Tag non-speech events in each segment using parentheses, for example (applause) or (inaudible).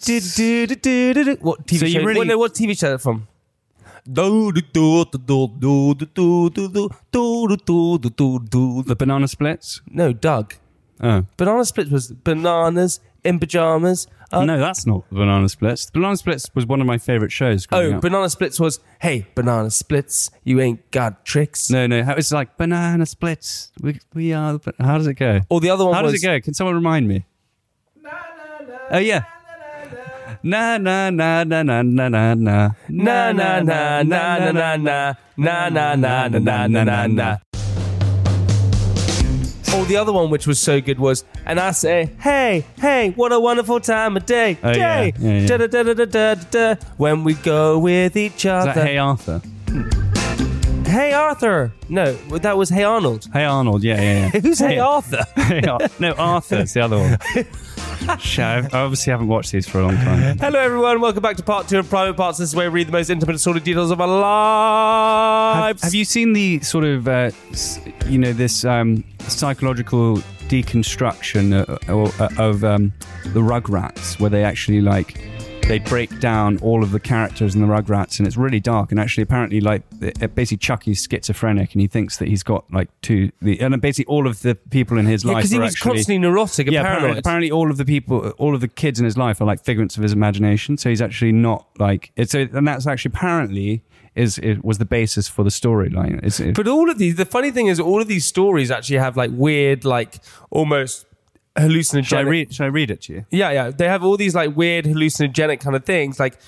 What TV So you show? really- What, no, what TV show that from? The banana splits? No, Doug. Oh. Banana Splits was bananas in pajamas. Uh, no, that's not the banana splits. The banana splits was one of my favourite shows. growing Oh, up. Banana Splits was, hey, Banana Splits, you ain't got tricks. no, no. How, it's like banana splits. We, we are. The, ba- how does it go? Or the other one How was, does it go? Can someone remind me? Oh yeah. Na na na na na na na na na na na na na na na na na na na na na na na. Or the other one, which was so good, was and I say, hey, hey, what a wonderful time of day, Oh, day, yeah. Yeah, yeah. da da da da da da da, da, when we go with each Is that other. Hey Arthur? Hey Arthur, no, that was Hey Arnold. Hey Arnold? Yeah, yeah, (laughs) yeah. Who's Hey Arthur? (laughs) Hey Ar- no, Arthur's the other one. (laughs) Shit, I obviously haven't watched these for a long time. Hello, everyone. Welcome back to part two of Private Parts. This is where we read the most intimate and sordid details of our lives. Have, have you seen the sort of, uh, s- you know, this um, psychological deconstruction uh, or- uh, of um, the Rugrats, where they actually like they break down all of the characters in the Rugrats, and it's really dark. And actually, apparently, like it- it basically Chucky's schizophrenic, and he thinks that he's got like two. The and basically all of the people in his Yeah, life because he are was actually- constantly neurotic and yeah, paranoid. apparently, apparently all of the people, all of the kids in his life are like figments of his imagination. So he's actually not like it's, a, and that's actually apparently is it was the basis for the storyline. It's it, But all of these, the funny thing is, all of these stories actually have like weird, like almost hallucinogenic. should I read? Should I read it to you? Yeah, yeah. They have all these like weird hallucinogenic kind of things, like,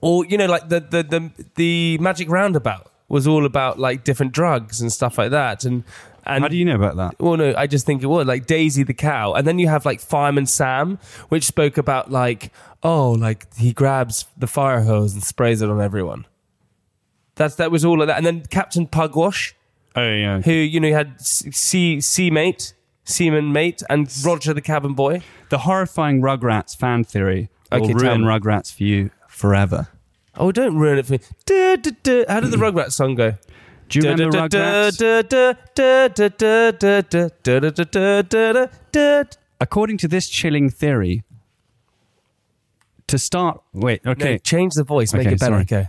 or you know, like the the the, the magic roundabout was all about like different drugs and stuff like that, and and How do you know about that? Well, no, I just think it would like Daisy the cow, and then you have like Fireman Sam, which spoke about like oh, like he grabs the fire hose and sprays it on everyone. That's that was all of that, and then Captain Pugwash, Oh yeah, who you know had sea sea mate, seaman mate, and Roger the cabin boy. the horrifying Rugrats fan theory will Okay, tell ruin me. Rugrats for you forever. Oh, don't ruin it for me. Du, du, du. How did the Rugrats song go? Do you remember Rugrats? According to this chilling theory, to start, wait, okay, Okay, change the voice, make Okay, it better. sorry. Okay,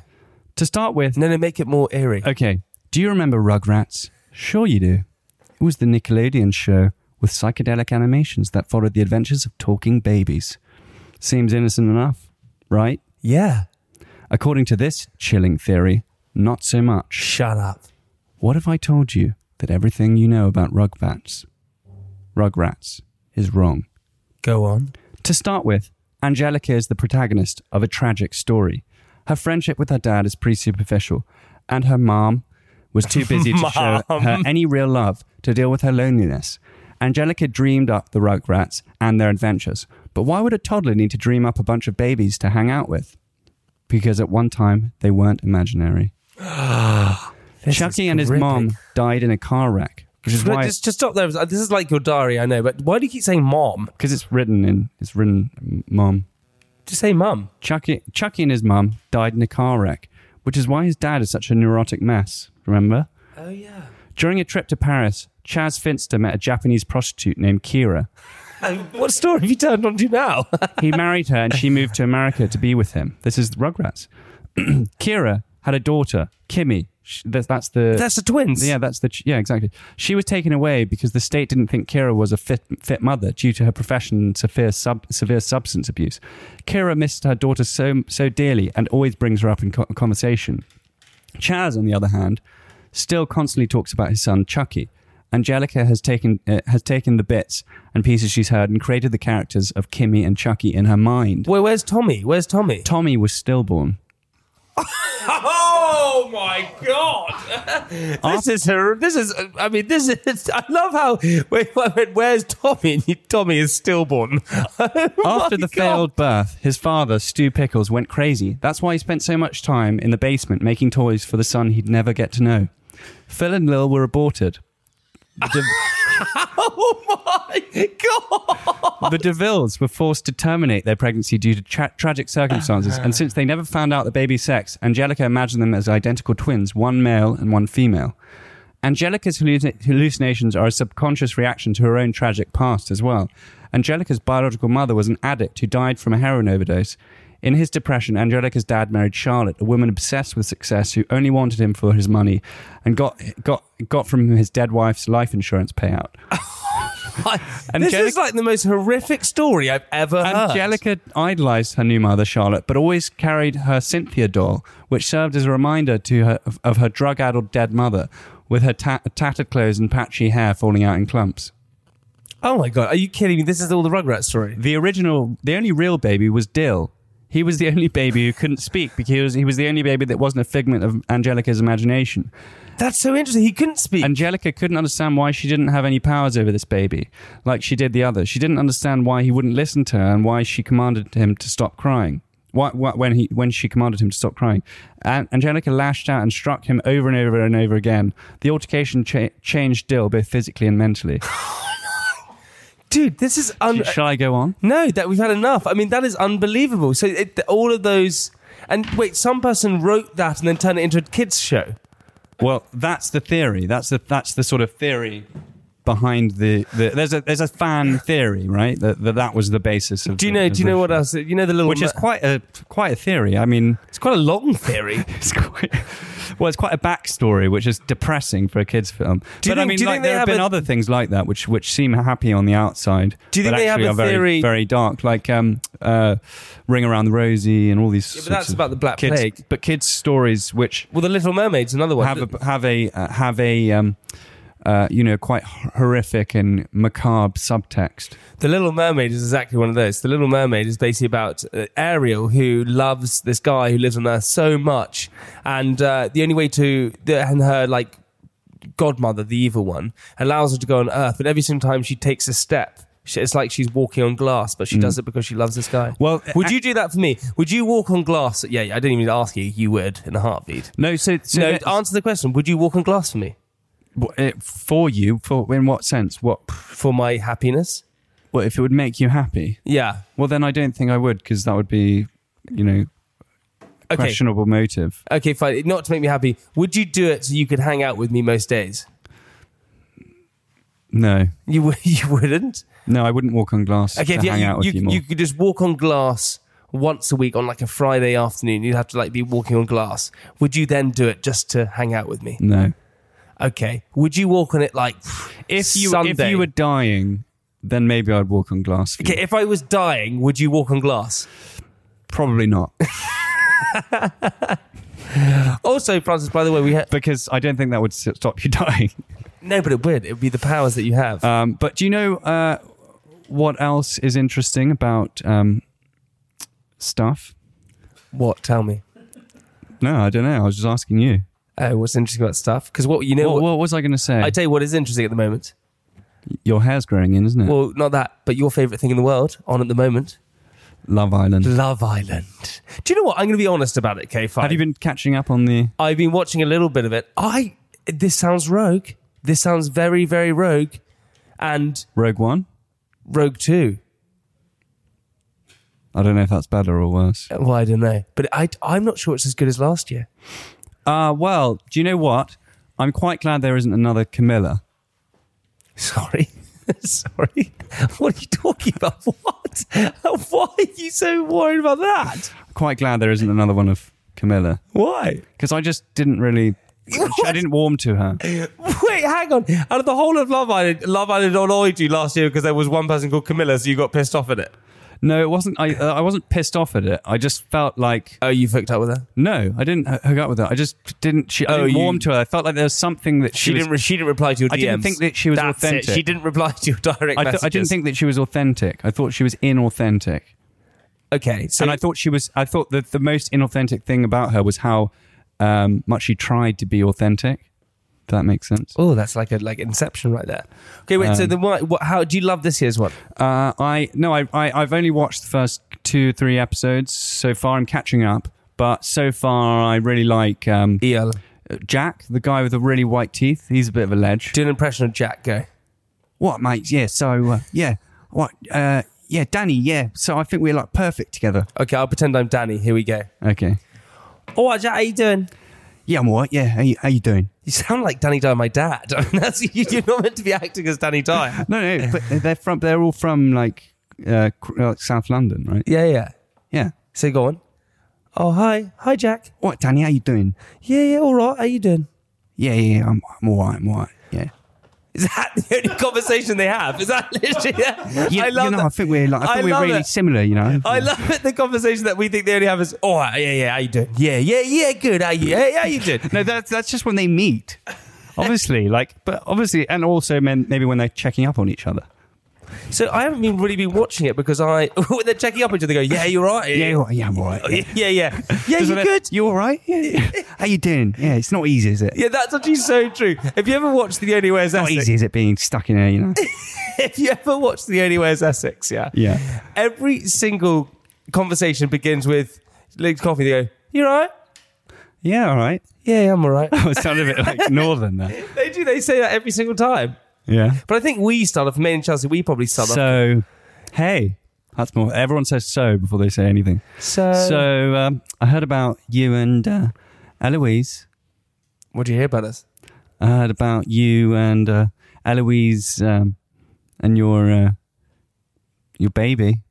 to start with, no, no, make it more eerie. Okay. Do you remember Rugrats? Sure you do. It was the Nickelodeon show with psychedelic animations that followed the adventures of talking babies. Seems innocent enough, right? Yeah. According to this chilling theory, not so much. Shut up. What if I told you that everything you know about Rugrats, Rugrats is wrong? Go on. To start with, Angelica is the protagonist of a tragic story. Her friendship with her dad is pretty superficial, and her mom was too busy to show her any real love to deal with her loneliness. Angelica dreamed up the Rugrats and their adventures, but why would a toddler need to dream up a bunch of babies to hang out with? Because at one time they weren't imaginary. Chucky and his mom died in a car wreck, which is why Just, just stop there. This is like your diary, I know, but why do you keep saying mom? because it's written in it's written mm, mom. Just say mum. Chucky, Chucky E and his mum died in a car wreck, which is why his dad is such a neurotic mess, remember? Oh, yeah. During a trip to Paris, Chaz Finster met a Japanese prostitute named Kira. What story have you turned on to (laughs) now? He married her and she moved to America to be with him. This is Rugrats. (clears throat) Kira had a daughter, Kimmy. Sh- that- That's the. That's the twins. yeah, that's the ch- yeah, exactly. She was taken away because the state didn't think Kira was a fit, fit mother due to her profession and severe sub, severe substance abuse. Kira missed her daughter so so dearly and always brings her up in co- conversation. Chaz, on the other hand, still constantly talks about his son Chucky. Angelica has taken uh, has taken the bits and pieces she's heard and created the characters of Kimmy and Chucky in her mind. Where, where's Tommy? Where's Tommy? Tommy was stillborn. Oh! (laughs) Oh my god! (laughs) this is her. This is. I mean, this is. (laughs) I love how. Wait, I went, where's Tommy? (laughs) And you- Tommy is stillborn. (laughs) Oh After my the God. (laughs) failed birth, his father, Stu Pickles, went crazy. That's why he spent so much time in the basement making toys for the son he'd never get to know. Phil and Lil were aborted. The, De- oh my god! the DeVilles were forced to terminate their pregnancy due to tra- tragic circumstances, and since they never found out the baby's sex, Angelica imagined them as identical twins, one male and one female. Angelica's hallucina- hallucinations are a subconscious reaction to her own tragic past as well. Angelica's biological mother was an addict who died from a heroin overdose. In his depression, Angelica's dad married Charlotte, a woman obsessed with success who only wanted him for his money and got got got from his dead wife's life insurance payout. (laughs) this is Angelica- like the most horrific story I've ever heard. Angelica idolized her new mother, Charlotte, but always carried her Cynthia doll, which served as a reminder to her of, of her drug-addled dead mother, with her ta- tattered clothes and patchy hair falling out in clumps. Oh my god! Are you kidding me? This is all the Rugrats story. The original, the only real baby was Dill. He was the only baby who couldn't speak because he was, he was the only baby that wasn't a figment of Angelica's imagination. That's so interesting. He couldn't speak. Angelica couldn't understand why she didn't have any powers over this baby, like she did the other. She didn't understand why he wouldn't listen to her and why she commanded him to stop crying. Why, why, when he when she commanded him to stop crying, An- Angelica lashed out and struck him over and over and over again. The altercation cha- changed Dill both physically and (laughs) mentally. Dude, this is un- Shall I go on? No, that we've had enough. I mean, that is unbelievable. So it, all of those, and wait, some person wrote that and then turned it into a kids show. Well, that's the theory. That's the that's the sort of theory behind the, the there's a there's a fan theory, right? That that, that was the basis of. Do you the- know? Do you know what uh, the- else? You know the little, Which is ma- quite a quite a theory. I mean, it's quite a long theory. It's quite well. It's quite a backstory, which is depressing for a kids' film. Do you but I think- mean, do you like, think they there have have been a- other things like that, which which seem happy on the outside. Do you think but they have actually a are very, theory- Very dark, like um, uh, Ring Around the Rosie and all these. but sorts that's of about the Black kids, Plague. But kids' stories which Well, the Little Mermaid's another one. have a have a uh, have a um, uh, you know quite h- horrific and macabre subtext. The Little Mermaid is exactly one of those. The Little Mermaid is basically about uh, Ariel who loves this guy who lives on Earth so much, and uh, the only way to the, and her like godmother, the evil one, allows her to go on Earth, but every single time she takes a step. she- It's like she's walking on glass, but she does it because she loves this guy. Well, would you do that for me? Would you walk on glass? Yeah, yeah, I didn't even ask you. You would in a heartbeat. No, so, so no, that- answer the question. Would you walk on glass for me w- it- for you, for in what sense? What? for my happiness? Well, if it would make you happy. Yeah. Well, then I don't think I would because that would be, you know, Okay. questionable motive. Okay, fine. Not to make me happy. Would you do it so you could hang out with me most days? No, You wou- (laughs) you wouldn't. no, I wouldn't walk on glass Okay, to you, hang out with you, you, more. you could just walk on glass once a week on like a Friday afternoon. You'd have to like be walking on glass. Would you then do it just to hang out with me? no, Mm. Okay. Would you walk on it like if you if Sunday? you were dying, then maybe I'd walk on glass. for you. Okay, if I was dying, would you walk on glass? Probably not, (laughs) Also, Francis, by the way, we ha- because I don't think that would s- stop you (laughs) dying. no, but it would. It would be the powers that you have. Um, but do you know uh, what else is interesting about um, stuff? what? Tell me. No, I don't know. I was just asking you. Oh, what's interesting about stuff? Because what you know, what, what, what was I going to say? I tell you what is interesting at the moment. Your hair's growing in, isn't it? Well, not that, but your favorite thing in the world on at the moment, Love Island. Love Island. Do you know what? I'm going to be honest about it. Okay, fine. Have you been catching up on the? I've been watching a little bit of it. I this sounds rogue. This sounds very very rogue, and Rogue One? rogue too. I don't know if that's better or worse. Well, I don't know, but I I'm not sure it's as good as last year. Uh, well, do you know what? I'm quite glad there isn't another Camilla. Sorry. (laughs) Sorry, what are you talking about? (laughs) What? Why are you so worried about that? I'm quite glad there isn't another one of Camilla Why? because I just didn't really. I didn't warm to her. (laughs) Wait, hang on. Out of the whole of Love Island, Love Island annoyed you last year because there was one person called Camilla, so you got pissed off at it. No, it wasn't. I uh, I wasn't pissed off at it. I just felt like Oh, you hooked up with her. no, I didn't h- hook up with her. I just didn't. She, I Oh, didn't you- warm to her. I felt like there was something that She, she, was- didn't. Re- she didn't reply to your DMs. I didn't think that she was That's it. authentic. She didn't reply to your direct I, th- messages. I didn't think that she was authentic. I thought she was inauthentic. Okay, so and I thought she was. I thought that the most inauthentic thing about her was how um, much she tried to be authentic. If that makes sense. Oh, that's like a like Inception right there. Okay, wait. so then, what, what? How do you love this year's one? Uh, I no, I, I I've only watched the first two three episodes so far. I'm catching up, but so far I really like um, El. Jack, the guy with the really white teeth. He's a bit of a ledge. Do an impression of Jack. Go. What, mate? Yeah. So uh, yeah, what? Uh, yeah, Danny. Yeah. So I think we're like perfect together. Okay, I'll pretend I'm Danny. Here we go. Okay. Oh, what, Jack? How you doing? Yeah, I'm alright. Yeah. How you, how you doing? You sound like Danny Dyer, my dad. (laughs) I mean, that's you, you're not meant to be acting as Danny Dyer. No, no. (laughs) But they're from. They're all from like uh, cr- uh, South London, right? (laughs) yeah, yeah. Yeah. So go on. Oh, hi, hi, Jack. What, Danny? How you doing? Yeah, yeah, all right. How you doing? Yeah, yeah. yeah, I'm. I'm alright. I'm alright. Yeah. Is that the only conversation they have? Is that literally? You, I love you know, that. I think we're like. I I think we're love really it. similar. You know. I love it. The conversation that we think they only have is, oh, yeah, yeah, how you doing? Yeah, yeah, yeah, good. How you? Yeah, how you doing? No, that's that's just when they meet. (laughs) Obviously, like, but obviously, and also men, maybe when they're checking up on each other. So I haven't been really been watching it because I (laughs) when they're checking up each other, they go, yeah, you're right. Yeah, you're all right. yeah, I'm all right. yeah, (laughs) yeah, yeah. Yeah, Doesn't you it- good? You all right? Yeah, yeah. (laughs) How you doing? Yeah, it's not easy, is it? Yeah, that's actually so true. Have you ever watched The Only Way Is not Essex? easy, is it? Being stuck in (laughs) there, you know. If you ever watched The Only Way Is Essex, yeah, Yeah. Every single conversation begins with Luke's coffee. They go, you all right? yeah, all right. (laughs) Yeah, yeah, I'm all right. It sounded a bit (laughs) like northern there. they do. They say that every single time. Yeah. But I think we start off. Me and Chelsea, we probably start off. So, hey, that's more. Everyone says so before they say anything. So, So um, I heard about you and uh, Eloise. what do you hear about us? (laughs) I heard about you and uh, Eloise um, and your uh, your baby,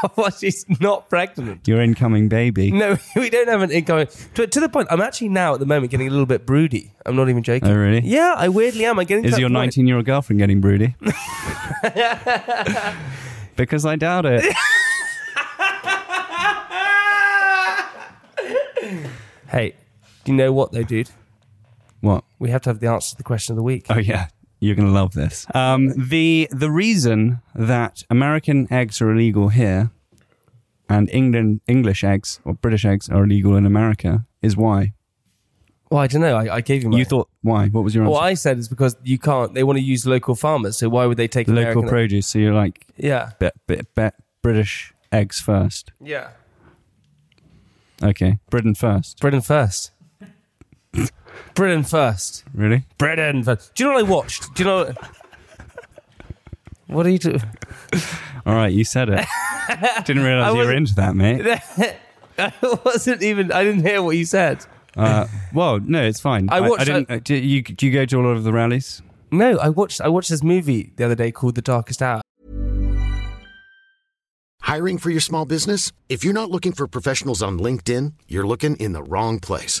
Oh, well, she's not pregnant. your incoming baby. No, (laughs) we don't have an incoming. To, to the point, I'm actually now at the moment getting a little bit broody. I'm not even joking. Oh, really? Yeah, I weirdly am. I'm getting. to Is that your point. 19 year old girlfriend getting (laughs) broody? because I doubt it. Hey, do you know what though, dude? What? We have to have the answer to the question of the week. Oh yeah, you're gonna love this. Um, the the reason that American eggs are illegal here, and England English eggs or British eggs are illegal in America is why. Well, I don't know. I, I gave you. My, You thought why? What was your answer? What I said is because you can't. They want to use local farmers. So why would they take Local American- produce. So you're like Yeah, bet, bet, bet British eggs first. yeah. Okay, Britain first. Britain first. Britain first. Really? Britain first. Do you know what I watched? Do you know? What, what are you doing? All right, you (laughs) said it. Didn't I realize you were wasn't- into that, mate. (laughs) (laughs) I wasn't even. I didn't hear what you said. Uh, well, no, it's fine. I watched- didn't, uh, do, you, do you go to a lot of the rallies? No, I watched. I watched this movie the other day called The Darkest Hour. Hiring for your small business? If you're not looking for professionals on LinkedIn, you're looking in the wrong place.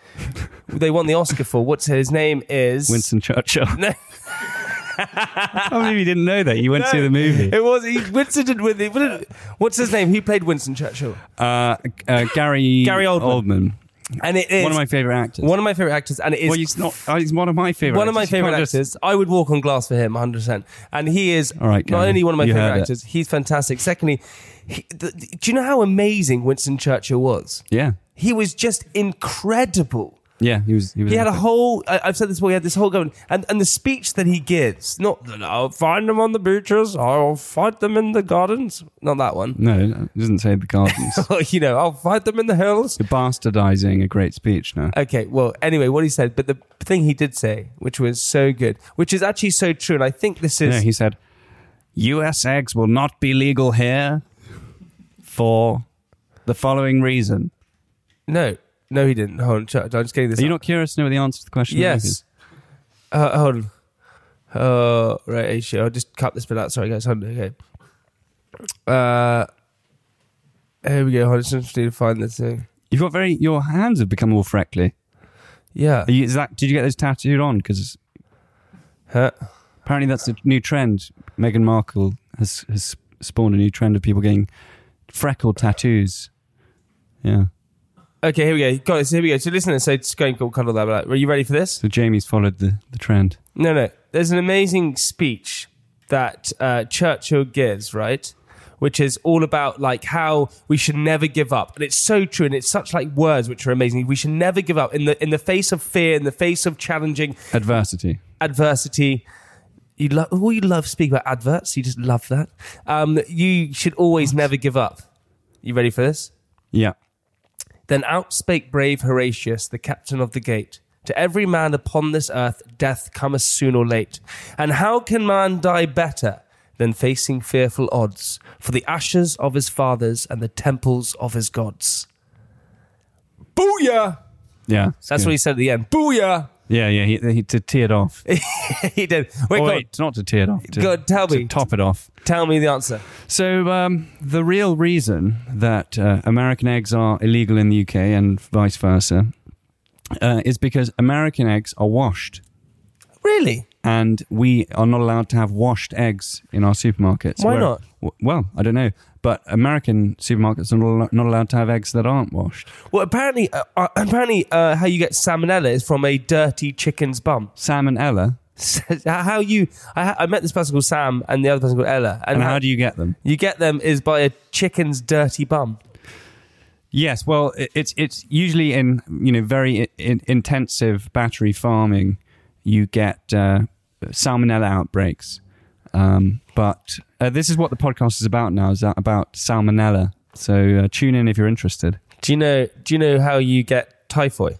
they won the Oscar for. What's his name is Winston Churchill. (laughs) No. I can't believe you didn't know that. You went to the movie. It was he, Winston did with it. what- What's his name? He played Winston Churchill, Uh, uh, Gary Gary Oldman. Oldman. and it is one of my favorite actors. one of my favorite actors, and it is well, he's not. Uh, he's one of my favorite. one of my actors. You favorite can't just- actors. I would walk on glass for him, 100. percent And he is All right, not Gary, only one of my you favorite heard it. actors, he's fantastic. Secondly, he, th th- do you know how amazing Winston Churchill was? Yeah, He was just incredible. yeah. He was. He was. He had a epic. whole. I, I've said this before. He had this whole going, and and the speech that he gives, not that I'll find them on the beaches, I'll fight them in the gardens, not that one. (laughs) No, it doesn't say the gardens. you know, I'll fight them in the hills. You're bastardizing a great speech now. Okay, well, anyway, what he said, but the thing he did say, which was so good, which is actually so true, and I think this is No, he said, "U.S. eggs will not be legal here for the following reason." no, no, he didn't. Hold on, ch- I'm just getting this. Are you up. not curious to know the answer to the question? Yes. Uh, hold on. Oh, right, actually, I'll just cut this bit out. Sorry, guys. Hold on, Okay. Uh, here we go. Hold on, just need to find this thing. You've got very. Your hands have become all freckly. Yeah. Are you, is that, did you get those tattooed on? Because Huh? apparently that's a new trend. Meghan Markle has, has spawned a new trend of people getting freckled tattoos. Yeah. Okay, here we go. Guys, here we go. So listen, so it's going to cuddle that. Are you ready for this? So Jamie's followed the, the trend. No, no. There's an amazing speech that uh, Churchill gives, right? Which is all about like how we should never give up, and it's so true, and it's such like words which are amazing. We should never give up in the in the face of fear, in the face of challenging Adversity. adversity. You love, oh, you love speak about adverts. You just love that. Um, you should always never give up. You ready for this? Yeah. Then out spake brave Horatius, the captain of the gate. To every man upon this earth, death cometh soon or late. And how can man die better than facing fearful odds for the ashes of his fathers and the temples of his gods? Booyah! Yeah. That's what he said at the end. Booyah! he. Yeah, yeah. He, he, to tee it off. (laughs) he did. Wait, Oh, God, wait, not to tee it off. To, God, tell to me. top it off. tell me the answer. So um, the real reason that uh, American eggs are illegal in the UK and vice versa uh, is because American eggs are washed, Really? and we are not allowed to have washed eggs in our supermarkets. Why Where- not? w- Well, I don't know, but American supermarkets are not al- not allowed to have eggs that aren't washed. Well, apparently, uh, uh, apparently, uh, how you get salmonella is from a dirty chicken's bum. Salmonella. how you I, I met this person called Sam and the other person called Ella and, And how do you get them? you get them is by a chicken's dirty bum Yes, well, i- it's it's usually in you know very in, intensive battery farming, you get uh, salmonella outbreaks. Um, but uh, this is what the podcast is about now is that about salmonella. So uh, tune in if you're interested. do you know do you know how you get typhoid